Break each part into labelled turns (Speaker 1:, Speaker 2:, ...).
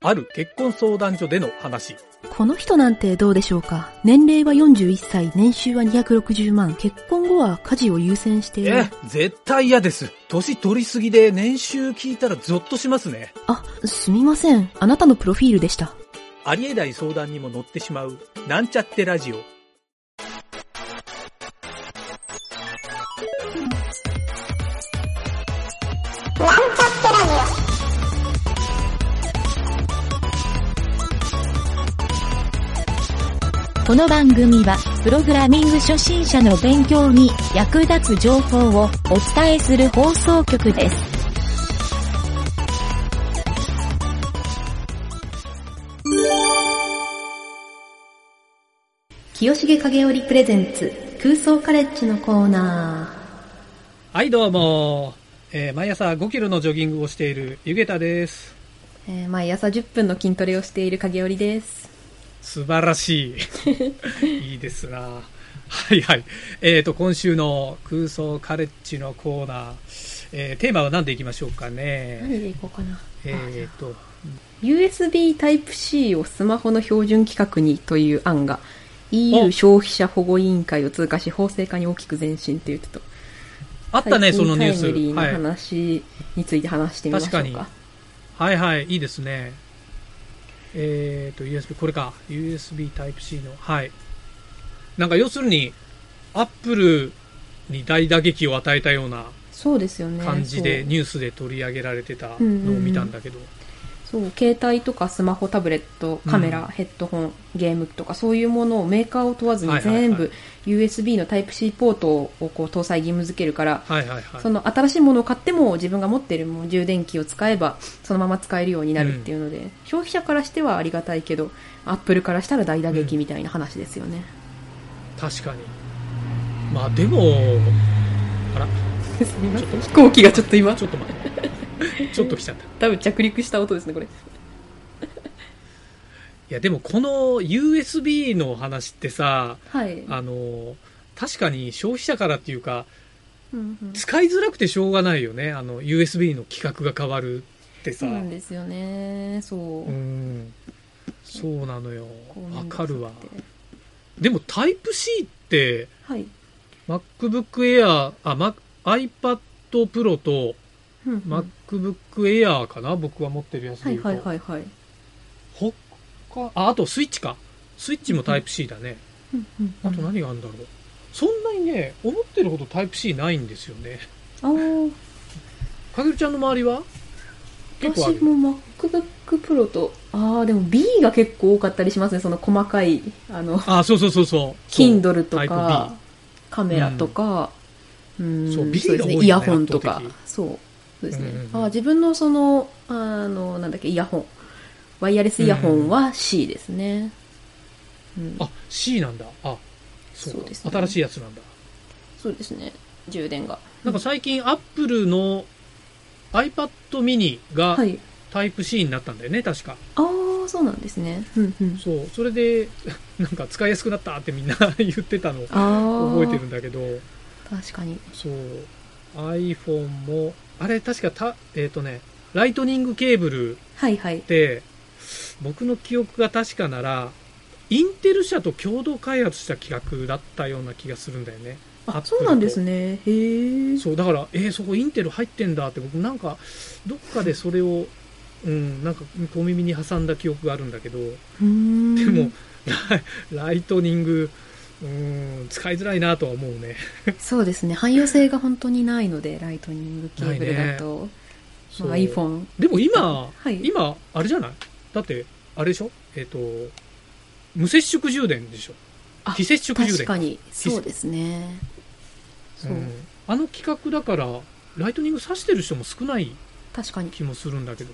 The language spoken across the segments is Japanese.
Speaker 1: ある結婚相談所での話。
Speaker 2: この人なんてどうでしょうか年齢は41歳、年収は260万、結婚後は家事を優先している
Speaker 1: え。、絶対嫌です。年取りすぎで年収聞いたらゾッとしますね。
Speaker 2: あ、すみません。あなたのプロフィールでした。
Speaker 1: ありえない相談にも乗ってしまう、なんちゃってラジオ。
Speaker 3: この番組は、プログラミング初心者の勉強に役立つ情報をお伝えする放送局です。
Speaker 2: 清重影織プレゼンツ、空想カレッジのコーナ
Speaker 1: はい、どうも。えー毎朝5キロのジョギングをしているゆげたです。
Speaker 2: ー。えー、毎朝10分の筋トレをしている影織です。
Speaker 1: 素晴らしい。 いいですな。はいはい。えー、と、今週の空想カレッジのコーナー、えーテーマは何でいきましょうかね。
Speaker 2: 何でいこうかな。
Speaker 1: えー、と、
Speaker 2: USB Type-C をスマホの標準規格にという案が EU 消費者保護委員会を通過し法制化に大きく前進って言ってた
Speaker 1: あ
Speaker 2: あ
Speaker 1: ったね、そのニュース。
Speaker 2: タイムリー
Speaker 1: は。
Speaker 2: ない話について話してみましょうか,、
Speaker 1: 確かはいはい、いいですね。えっ、と、USB、これか。USB Type-C の。はい。なんか要するに、Apple に大打撃を与えたような
Speaker 2: そうですよね
Speaker 1: 感じで、
Speaker 2: そう
Speaker 1: ニュースで取り上げられてたのを見たんだけど。
Speaker 2: そう携帯とかスマホタブレットカメラ、
Speaker 1: うん
Speaker 2: ヘッドホンゲーム機とかそういうものをメーカーを問わず
Speaker 1: は
Speaker 2: に
Speaker 1: いはいはい
Speaker 2: 全部 USB の Type-C ポートをこう搭載義務付けるから
Speaker 1: はいはいはい
Speaker 2: そ。の新しいものを買っても自分が持っているもう充電器を使えばそのまま使えるようになるっていうので、消費者からしてはありがたいけどアップルからしたら大打撃みたいな話ですよね、
Speaker 1: 確かに。まあでも、あら、
Speaker 2: すみません 飛行機がちょっと今
Speaker 1: ちょっと待 って。ちょっと来ちゃった。い
Speaker 2: 多分着陸した音ですねこれ
Speaker 1: やでもこの USB の話ってさ、
Speaker 2: はい、
Speaker 1: あの、確かに消費者からっていうか、
Speaker 2: うんうん
Speaker 1: 使いづらくてしょうがないよねあの USB の規格が変わるってさ
Speaker 2: そううなん
Speaker 1: ん
Speaker 2: ですよねそう、
Speaker 1: そうなのよ
Speaker 2: こう
Speaker 1: わかるわ
Speaker 2: 面倒くさくて
Speaker 1: でもタイプ C って
Speaker 2: はい
Speaker 1: MacBook Air あ、Mac、iPad Pro と
Speaker 2: うんうん
Speaker 1: MacBook Air かな、僕が持ってるやつ
Speaker 2: は
Speaker 1: で
Speaker 2: い
Speaker 1: 言うと、
Speaker 2: はいはいはい
Speaker 1: 他ああとスイッチかスイッチもタイプ C だね、
Speaker 2: うんうん
Speaker 1: あと何があるんだろうそんなにね思ってるほどタイプ C ないんですよね
Speaker 2: あー
Speaker 1: かげるちゃんの周りは結構ある
Speaker 2: 私も MacBookPro とああでも B が結構多かったりしますねその細かいあの
Speaker 1: あそうそうそうそうそう
Speaker 2: Kindle と
Speaker 1: タイプ
Speaker 2: か
Speaker 1: B
Speaker 2: カメラとか、うん、
Speaker 1: そう B
Speaker 2: です
Speaker 1: が多いよ
Speaker 2: ね
Speaker 1: ね
Speaker 2: イヤホンとか
Speaker 1: 圧倒的
Speaker 2: そうそうですね、
Speaker 1: うんうんうん
Speaker 2: あ自分のそのあのなんだっけイヤホンワイヤレスイヤホンは C ですね、うん
Speaker 1: あ C なんだあそうか
Speaker 2: そうですね
Speaker 1: 新しいやつなんだ
Speaker 2: そうですね充電が
Speaker 1: なんか最近アップルの iPad mini が
Speaker 2: はい
Speaker 1: タイプ C になったんだよね、確か
Speaker 2: ああそうなんですねうんうん
Speaker 1: そうそれで なんか使いやすくなったってみんな 言ってたの
Speaker 2: ああ
Speaker 1: 覚えてるんだけど
Speaker 2: 確かに
Speaker 1: そう iPhone もあれ確かたえっ、とねライトニングケーブル
Speaker 2: はいはい
Speaker 1: って僕の記憶が確かならインテル社と共同開発した企画だったような気がするんだよね
Speaker 2: あ
Speaker 1: Apple と
Speaker 2: そうなんですねへえ
Speaker 1: そうだから、えーそこインテル入ってんだって僕なんかどっかでそれを、うん、なんか小耳に挟んだ記憶があるんだけどで
Speaker 2: で
Speaker 1: も、ラライ トニング、うん、使いづらいなとは思うね
Speaker 2: そうですね汎用性が本当にないのでライトニングケーブルだと、
Speaker 1: そう
Speaker 2: まあ、iPhone
Speaker 1: でも今、
Speaker 2: はい
Speaker 1: 今あれじゃないだってあれでしょえっ、と無接触充電でしょ
Speaker 2: あ
Speaker 1: 非接触充
Speaker 2: 確
Speaker 1: 電
Speaker 2: かにそうですねそう、
Speaker 1: うんあの企画だからライトニング挿してる人も少ない
Speaker 2: 確かに
Speaker 1: 気もするんだけど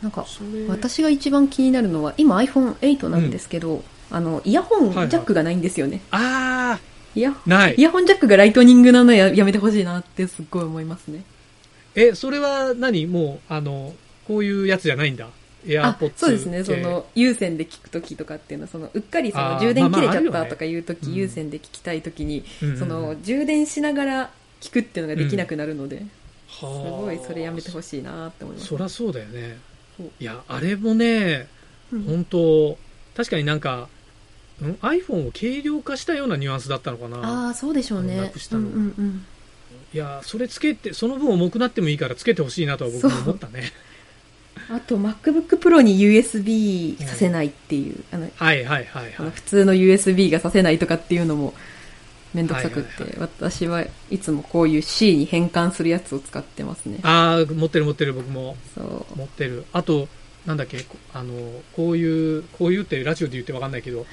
Speaker 2: なんか
Speaker 1: それ
Speaker 2: 私が一番気になるのは今 iPhone8 なんですけど、あのイヤホンジ
Speaker 1: はいは
Speaker 2: ャ
Speaker 1: い
Speaker 2: ックがないんですよね、
Speaker 1: あ
Speaker 2: イヤ
Speaker 1: あない
Speaker 2: イヤホンジャックがライトニングなのややめてほしいなってすっごい思いますね
Speaker 1: え、それは何もう、あの、こういうやつじゃないんだ。エア
Speaker 2: あ
Speaker 1: ポッツ
Speaker 2: そうですねその有線で聞くときとかっていうのはそのうっかりそ
Speaker 1: あ
Speaker 2: の
Speaker 1: ー
Speaker 2: 充電切れち
Speaker 1: まあま
Speaker 2: ゃっ
Speaker 1: ああるよ
Speaker 2: た
Speaker 1: ね
Speaker 2: とかいうとき、
Speaker 1: うん
Speaker 2: 有線で聞きたいときに、
Speaker 1: 系、
Speaker 2: その充電しながら聞くっていうのができなくなるので、
Speaker 1: す
Speaker 2: すごいそれやめてほしいなって思い
Speaker 1: い
Speaker 2: ます
Speaker 1: そりゃそうだよね。
Speaker 2: ほう
Speaker 1: いや、あれもね、
Speaker 2: うん
Speaker 1: 本当確かになんか、うん、iPhone を軽量化したようなニュアンスだったのかな。
Speaker 2: ああそうでしょうね
Speaker 1: なくしたの
Speaker 2: うんうん
Speaker 1: いや、それつけて、その分重くなってもいいからつけてほしいなとは僕も思ったね。
Speaker 2: うん、あと MacBookPro に USB させないっていう、あの
Speaker 1: はいはいはい
Speaker 2: あ
Speaker 1: は
Speaker 2: の
Speaker 1: い。
Speaker 2: 普通の USB がさせないとかっていうのも面倒くさくって、
Speaker 1: はい
Speaker 2: 私はいつもこういう C に変換するやつを使ってますね
Speaker 1: ああ、持ってる持ってる僕も
Speaker 2: そう
Speaker 1: 持ってる。あと、なんだっけ、こあの、こういう、こういうってラジオで言ってわかんないけ ど、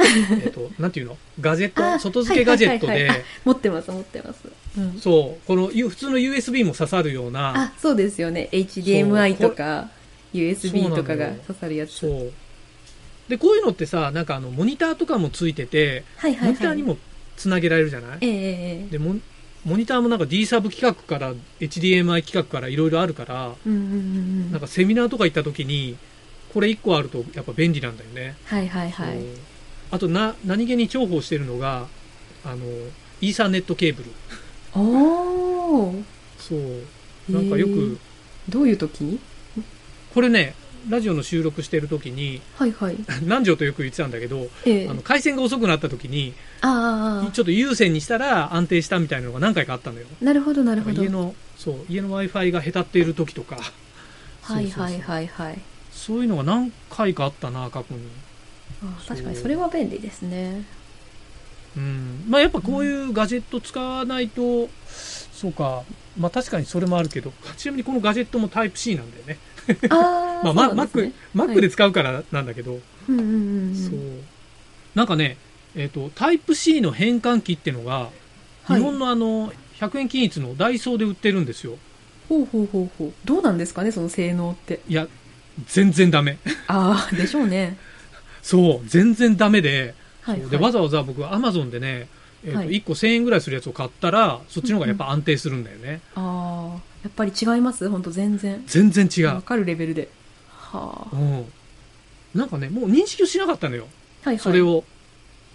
Speaker 1: えっと、なんていうのガジェット、
Speaker 2: あー
Speaker 1: 外付けガジェット
Speaker 2: はいはい
Speaker 1: で
Speaker 2: はいは、いあ持ってます持ってます、うん
Speaker 1: そう、このゆ普通の USB も刺さるような、
Speaker 2: あそうですよね HDMI とか
Speaker 1: そうな
Speaker 2: USB
Speaker 1: のよ
Speaker 2: とかが刺さるやつ
Speaker 1: そう。で、こういうのってさ、なんかあの、モニターとかもついてて、
Speaker 2: はいはいはい
Speaker 1: モニターにもつなげられるじゃない
Speaker 2: ええええ
Speaker 1: でモ、モニターもなんか D サブ企画から HDMI 企画からいろいろあるから、
Speaker 2: うんうんうんう
Speaker 1: なん
Speaker 2: ん
Speaker 1: かセミナーとか行った時に、これ1個あるとやっぱ便利なんだよね。
Speaker 2: はいはいはい
Speaker 1: そうあとな、何気に重宝してるのが、あの、イーサネットケーブル。
Speaker 2: おお
Speaker 1: そう。なんかよ
Speaker 2: へー
Speaker 1: く、
Speaker 2: どういう時に
Speaker 1: これね、ラジオの収録してる時に、
Speaker 2: はいはい
Speaker 1: 南條とよく言ってたんだけど、
Speaker 2: ええ
Speaker 1: あの回線が遅くなった時に、
Speaker 2: あ
Speaker 1: ちょっと有線にしたら安定したみたいなのが何回かあったのよ。
Speaker 2: あなるほどなるほど
Speaker 1: 家の、そう、家の Wi-Fi が下手っている時とか、
Speaker 2: はいはい
Speaker 1: そうそうそう
Speaker 2: はいはい
Speaker 1: そういうのが何回かあったな、過去に。
Speaker 2: ああ
Speaker 1: そう
Speaker 2: 確かにそれは便利で すね
Speaker 1: うん。まあやっぱこういうガジェット使わないと、そうか、まあ確かにそれもあるけど、ちなみにこのガジェットもタイプ C なんだよね。ま
Speaker 2: ああ
Speaker 1: あ、
Speaker 2: そう
Speaker 1: マッ
Speaker 2: なんです
Speaker 1: ク
Speaker 2: ね、
Speaker 1: マッ
Speaker 2: は
Speaker 1: ク
Speaker 2: い
Speaker 1: で使うからなんだけど、
Speaker 2: うんうんうんうん
Speaker 1: そう。なんかね、えっ、と、タイプ C の変換機っていうのが、
Speaker 2: はい
Speaker 1: 日本のあの、100円均一のダイソーで売ってるんですよ。
Speaker 2: ほうほうほうほうどうなんですかねその性能って
Speaker 1: いや、全然ダメ。
Speaker 2: ああでしょうね
Speaker 1: そう、全然ダメで、
Speaker 2: はい、
Speaker 1: そう
Speaker 2: は
Speaker 1: で
Speaker 2: い、
Speaker 1: わざわざ僕は Amazon でね、えーと
Speaker 2: はい
Speaker 1: 1個1000円ぐらいするやつを買ったら、そっちの方がやっぱ安定するんだよね。
Speaker 2: ああやっぱり違います本当全然
Speaker 1: 全然違
Speaker 2: わ
Speaker 1: う。
Speaker 2: かるレベルではあ
Speaker 1: うん。なんかね、もう認識をしなかったのよ。
Speaker 2: はいはい
Speaker 1: それを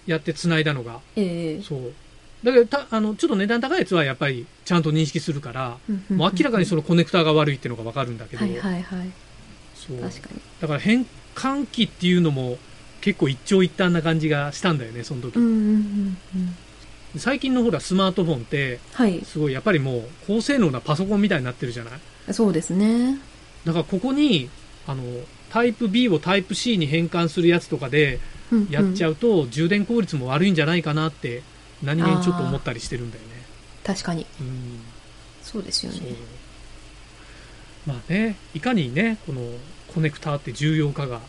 Speaker 1: やって繋いだのが。
Speaker 2: ええ
Speaker 1: そう。だけどた、あの、ちょっと値段高いやつはやっぱりちゃんと認識するから、もう明らかにそ
Speaker 2: れ
Speaker 1: のコネクターが悪いっていうのがわかるんだけど、
Speaker 2: はいはいはい
Speaker 1: そう。
Speaker 2: 確かに
Speaker 1: だから変換期っていうのも結構一長一短な感じがしたんだよね、その時。
Speaker 2: うんうんうんうん
Speaker 1: 最近のほらスマートフォンって、
Speaker 2: はい
Speaker 1: すごいやっぱりもう高性能なパソコンみたいになってるじゃない
Speaker 2: そうですね
Speaker 1: だからここに、あの、タイプ B をタイプ C に変換するやつとかでやっち
Speaker 2: ゃう
Speaker 1: ゃう
Speaker 2: ん
Speaker 1: と充電効率も悪いんじゃないかなって何気にちょっと思ったりしてるんだよね。
Speaker 2: 確かに
Speaker 1: うん
Speaker 2: そうですよね
Speaker 1: そうまあね、いかにね、このコネクターって重要かが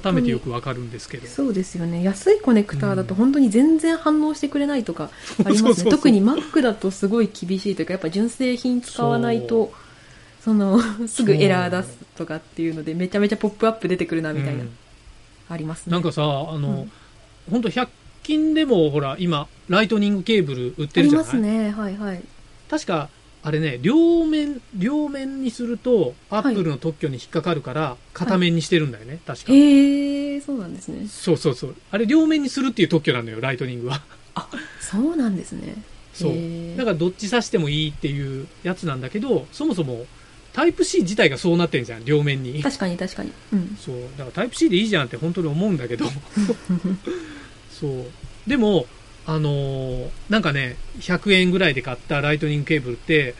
Speaker 1: 改めてよくわかるんですけど。
Speaker 2: そうですよね安いコネクターだと本当に全然反応してくれないとかあり
Speaker 1: そうそう
Speaker 2: ます
Speaker 1: そ
Speaker 2: ね
Speaker 1: う
Speaker 2: 特に Mac だとすごい厳しいというかやっぱ純正品使わないとそのすぐエラー出すとかっていうのでめちゃめちゃポップアップ出てくるなみたいな、
Speaker 1: うん
Speaker 2: ありますね
Speaker 1: なんかさ、あ
Speaker 2: う
Speaker 1: の
Speaker 2: ん、
Speaker 1: 本当100均でもほら、今、ライトニングケーブル売っ
Speaker 2: あ
Speaker 1: てる
Speaker 2: り
Speaker 1: じゃ
Speaker 2: ま
Speaker 1: な
Speaker 2: す
Speaker 1: い、
Speaker 2: ねはいはい
Speaker 1: 確か、あれね、両面、両面にすると、アップルの特許に引っかかるから、片面にしてるんだよね、確か。
Speaker 2: へえそうなんですね
Speaker 1: そうそうそう。あれ、両面にするっていう特許なのよ、ライトニングは。
Speaker 2: そうなんですね
Speaker 1: そう。
Speaker 2: へえ
Speaker 1: だから、どっち刺してもいいっていうやつなんだけど、そもそも、タイプ C 自体がそうなってんじゃん、両面に。
Speaker 2: 確かに確かにうん
Speaker 1: そう。だから、タイプ C でいいじゃんって本当に思うんだけど。そう。でも、あのーなんかね、100円ぐらいで買ったライトニングケーブルって、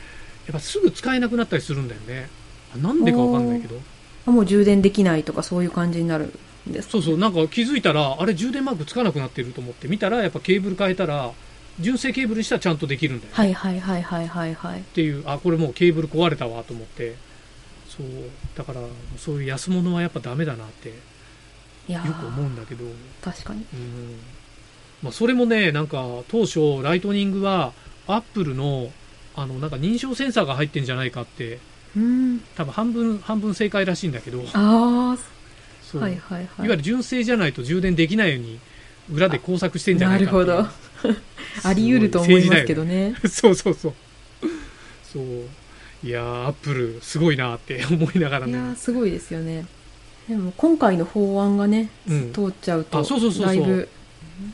Speaker 1: やっぱすぐ使えなくなったりするんだよね。あなんでかわかんないけど。
Speaker 2: あもう充電できないとかそういう感じになるんです
Speaker 1: そうそう、なんか気づいたら、あれ充電マークつかなくなってると思って見たら、やっぱケーブル変えたら、純正ケーブルにしたらちゃんとできるんだよね。
Speaker 2: はいはいはいはいはいはい
Speaker 1: っていう、あ、これもうケーブル壊れたわと思って。そう。だから、そういう安物はやっぱダメだなってよ
Speaker 2: いやー
Speaker 1: く思うんだけど。
Speaker 2: 確かに
Speaker 1: うんまあ、それもね、なんか当初、ライトニングは、アップルのあのなんか認証センサーが入ってんじゃないかって、
Speaker 2: うん
Speaker 1: 多分半分半分正解らしいんだけど、
Speaker 2: ああ
Speaker 1: そう
Speaker 2: はいいはいはい
Speaker 1: わゆる純正じゃないと充電できないように、裏で工作してんじゃないかっていう
Speaker 2: なるほど あり得ると思いますけどね。
Speaker 1: そうそうそう。そういやー、アップル、すごいなーって思いながら
Speaker 2: いやー
Speaker 1: ね。
Speaker 2: すごいですよね。でも今回の法案がね、
Speaker 1: うん
Speaker 2: 通っちゃうと
Speaker 1: あそうそうそうそう
Speaker 2: だいぶ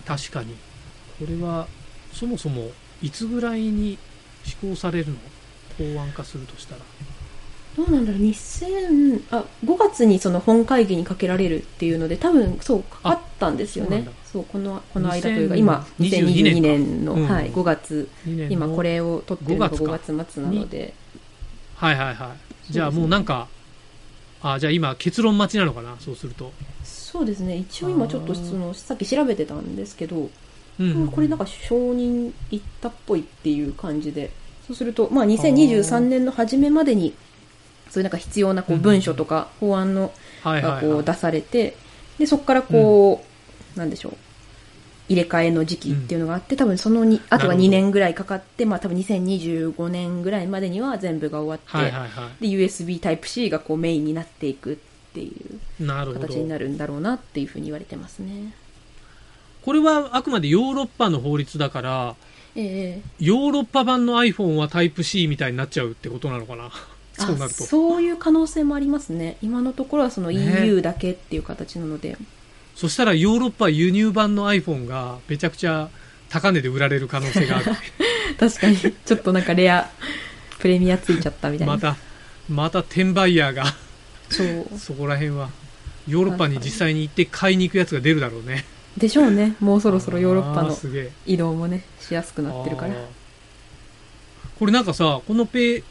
Speaker 1: 確かに。これは、そもそも、いつぐらいに施行されるの法案化するとしたら。
Speaker 2: どうなんだろう2000あ5月にその本会議にかけられるっていうので多分そうかかったんですよ
Speaker 1: あそうな
Speaker 2: ね
Speaker 1: んだ
Speaker 2: そうこのこの間と
Speaker 1: 2000
Speaker 2: いうか今
Speaker 1: 2022
Speaker 2: 2022
Speaker 1: 年
Speaker 2: 年
Speaker 1: か
Speaker 2: の、
Speaker 1: うん
Speaker 2: はい、5月
Speaker 1: 二年の
Speaker 2: 今これを取ってるのが
Speaker 1: 5月
Speaker 2: 5月末なので
Speaker 1: はいはいはいじゃあもうなんかあじゃあ今結論待ちなのかなそうすると、
Speaker 2: そうですね一応今ちょっと
Speaker 1: あー
Speaker 2: そのさっき調べてたんですけど、
Speaker 1: うん、
Speaker 2: これなんか承認いったっぽいっていう感じでそうすると、まあ、2023年の初めまでにそういうなんか必要なこう
Speaker 1: うん
Speaker 2: 文書とか法案の
Speaker 1: はいはい
Speaker 2: が
Speaker 1: はい
Speaker 2: こう出されて、でそこからこう、なんでしょう入れ替えの時期っていうのがあって、多分そのにあと
Speaker 1: な
Speaker 2: は
Speaker 1: るほど
Speaker 2: 2年ぐらいかかって、まあ、多分2025年ぐらいまでには全部が終わって、
Speaker 1: はいはいは
Speaker 2: で USB Type-C がこうメインになっていくっていう
Speaker 1: いなるほど
Speaker 2: 形になるんだろうなっていうふうに言われてますね。
Speaker 1: これはあくまでヨーロッパの法律だから
Speaker 2: ええ
Speaker 1: ヨーロッパ版の iPhone は Type-C みたいになっちゃうってことなのかな
Speaker 2: あ
Speaker 1: そうなるとそ
Speaker 2: そういう可能性もありますね。今のところはその
Speaker 1: ね
Speaker 2: EU だけっていう形なので。
Speaker 1: したらヨーロッパ輸入版の iPhone がめちゃくちゃ高値で売られる可能性がある
Speaker 2: 確かに、ちょっとなんかレア、プレミアついちゃった みたいな。
Speaker 1: またまた転売ヤーが
Speaker 2: そう。
Speaker 1: そこら辺はヨーロッパに実際に行って買いに行くやつが出るだろうね
Speaker 2: でしょうね。もうそろそろヨーロッパ
Speaker 1: あ
Speaker 2: の
Speaker 1: すげえ
Speaker 2: 移動もね、しやすくなってるから
Speaker 1: あ。ーこれなんかさこのペー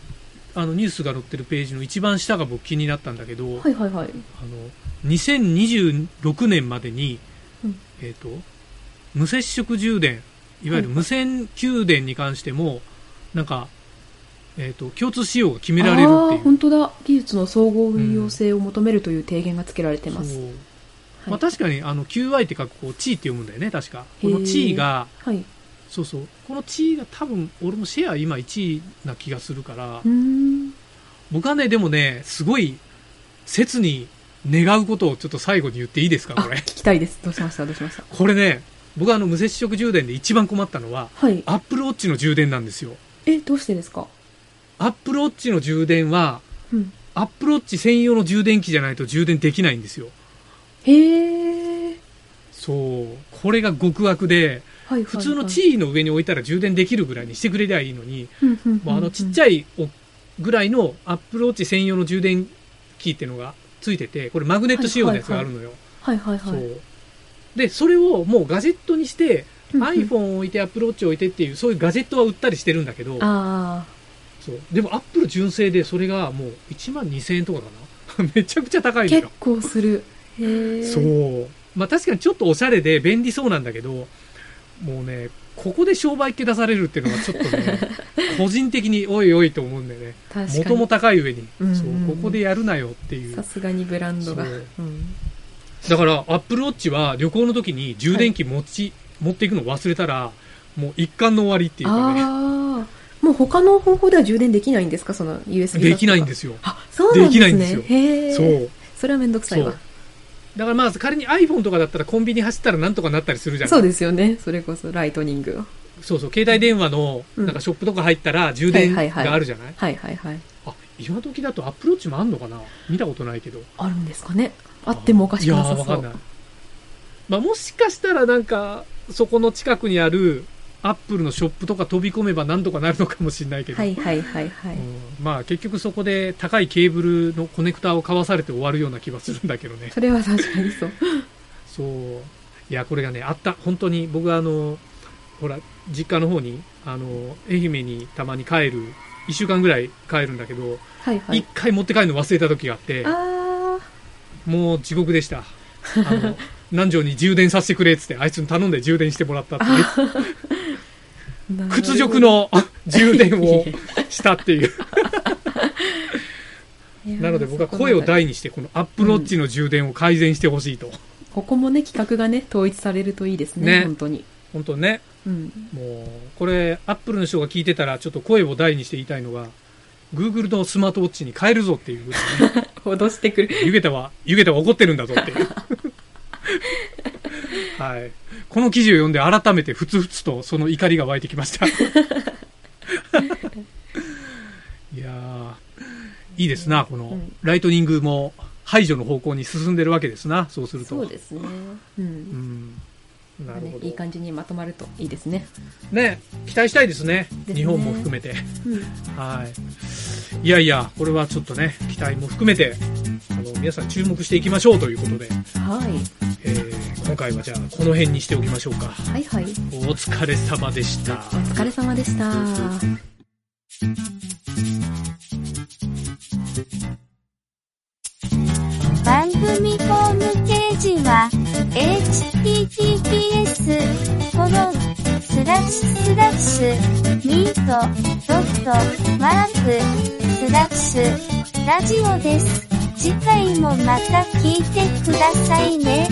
Speaker 1: あのニュースが載ってるページの一番下が僕気になったんだけど、
Speaker 2: はいはいはい。
Speaker 1: あの2026年までに、
Speaker 2: うん
Speaker 1: えー、と無接触充電いわゆる無線給電に関しても、なんか、えー、と共通仕様が決められる
Speaker 2: あ
Speaker 1: っ
Speaker 2: あー、
Speaker 1: ていう
Speaker 2: 本当だ。技術の総合運用性を求めるという提言がつけられてます。
Speaker 1: そう
Speaker 2: は
Speaker 1: まあ、
Speaker 2: い、
Speaker 1: 確かにあの QI って書くこう地位って読むんだよね確か
Speaker 2: へ
Speaker 1: こ
Speaker 2: ー
Speaker 1: の地位が
Speaker 2: はい。う
Speaker 1: そうそうこの地位が多分俺もシェア今1位な気がするから
Speaker 2: ーん。
Speaker 1: 僕はねでもねすごい切に願うことをちょっと最後に言っていいですか
Speaker 2: あ、
Speaker 1: これ
Speaker 2: 聞きたいです。どうしましたどうしました
Speaker 1: これね僕はあの無接触充電で一番困ったのは
Speaker 2: はい。
Speaker 1: アップルウォッチの充電なんですよ。
Speaker 2: え、どうしてですか
Speaker 1: アップルウォッチの充電は、
Speaker 2: うん。
Speaker 1: アップルウォッチ専用の充電器じゃないと充電できないんですよ。
Speaker 2: へえ。
Speaker 1: そう。これが極悪で、
Speaker 2: はいはいはい、
Speaker 1: 普通の地位の上に置いたら充電できるぐらいにしてくれりゃいいのに、
Speaker 2: うんうんうんうん、
Speaker 1: もうあのちっちゃいおぐらいのアップルウォッチ専用の充電器っていうのがついてて、これマグネット仕様のやつがあるのよ。
Speaker 2: はいはいはい。
Speaker 1: そう。で、それをもうガジェットにして、
Speaker 2: うんうん
Speaker 1: iPhone を置いてアップルウォッチを置いてっていう、そういうガジェットは売ったりしてるんだけど、
Speaker 2: あ
Speaker 1: そうでもアップル純正でそれがもう1万2000円とかかな めちゃくちゃ高
Speaker 2: あ、
Speaker 1: いんだ
Speaker 2: 結
Speaker 1: よ
Speaker 2: 構する。へえ。
Speaker 1: そ。うまあ確かにちょっとおしゃれで便利そうなんだけどもうねここで商売っ気出されるっていうのはちょっとね 個人的においおいと思うんだよね
Speaker 2: 確かに。
Speaker 1: 元も高い上に、
Speaker 2: うんうんうん
Speaker 1: そうここでやるなよっていう
Speaker 2: さすがにブランドが。
Speaker 1: そう
Speaker 2: うん。
Speaker 1: だからアップルウォッチは旅行の時に充電器持ち、持っていくの忘れたらもう一貫の終わりっていうかね
Speaker 2: ああ。もう他の方法では充電できないんですかその USB。
Speaker 1: できないんですすよ
Speaker 2: あ、そうなんで
Speaker 1: でき
Speaker 2: すね。
Speaker 1: ないんですよ
Speaker 2: へえ。
Speaker 1: そう
Speaker 2: それはめんどくさいわ
Speaker 1: そ。だからまあ仮に iPhone とかだったらコンビニ走ったらなんとかなったりするじゃん
Speaker 2: そうですよね。それこそライトニングを。
Speaker 1: そうそう、携帯電話の、
Speaker 2: うん
Speaker 1: なんかショップとか入ったら充電
Speaker 2: はいはいはい
Speaker 1: があるじゃない,、
Speaker 2: はいはいはい。
Speaker 1: あ、今時だとアップローチもあんのかな見たことないけど。
Speaker 2: あるんですかね。あってもおかしくなさ
Speaker 1: いやー
Speaker 2: そ。。
Speaker 1: わかんないうまあもしかしたらなんか、そこの近くにあるアップルのショップとか飛び込めばなんとかなるのかもしれないけど。
Speaker 2: はいはいはいは
Speaker 1: う
Speaker 2: い。
Speaker 1: んまあ結局そこで高いケーブルのコネクタを買わされて終わるような気はするんだけどね。
Speaker 2: それは確かにそう。
Speaker 1: そう。いや、これがね、あった。本当に、僕はあの、ほら、実家の方に、あの、愛媛にたまに帰る、1週間ぐらい帰るんだけど、
Speaker 2: はいは
Speaker 1: 一
Speaker 2: い。
Speaker 1: 回持って帰るの忘れた時があって、
Speaker 2: あ
Speaker 1: もう地獄でした。あ の、南條に充電させてくれっつって、あいつに頼んで充電してもらったっていう、
Speaker 2: あ。なるほど
Speaker 1: 屈辱。のあ充電をしたっていう。
Speaker 2: いやー
Speaker 1: なので僕は声を
Speaker 2: そこなんだ
Speaker 1: 大にして、このアップロッチの充電を改善してほしいと。
Speaker 2: ここもね、企画がね、統一されるといいですね。
Speaker 1: ね
Speaker 2: 本当に。
Speaker 1: 本当ね、
Speaker 2: うん。
Speaker 1: もう、これ、アップルの人が聞いてたら、ちょっと声を大にして言いたいのが、Google のスマートウォッチに変えるぞっていうぐらいね、
Speaker 2: 脅してくる。
Speaker 1: 湯桁は、湯桁は怒ってるんだぞって いう。はい。この記事を読んで、改めてふつふつとその怒りが湧いてきま した。いやー、いいですな、こ
Speaker 2: う
Speaker 1: の
Speaker 2: ん、
Speaker 1: ライトニングも排除の方向に進んでるわけですな、そうすると。
Speaker 2: そうですね。う。
Speaker 1: うんんなる
Speaker 2: ね
Speaker 1: ほ、ど
Speaker 2: いい感じにまとまるといいですね。
Speaker 1: ね、期待したいですね。
Speaker 2: ですね
Speaker 1: 日本も含めて。
Speaker 2: うん
Speaker 1: はい。いやいや、これはちょっとね、期待も含めて、あの、皆さん注目していきましょうということで、
Speaker 2: はい。
Speaker 1: えー今回はじゃあ、この辺にしておきましょうか。
Speaker 2: はいはい。
Speaker 1: お疲れ様でした。
Speaker 2: お疲れ様でした。
Speaker 4: 番組ホームページは、https, コロン、スラッシュスラッシュ、ミート、ドット、マーク、スラッシュ、ラジオです。次回もまた聞いてくださいね。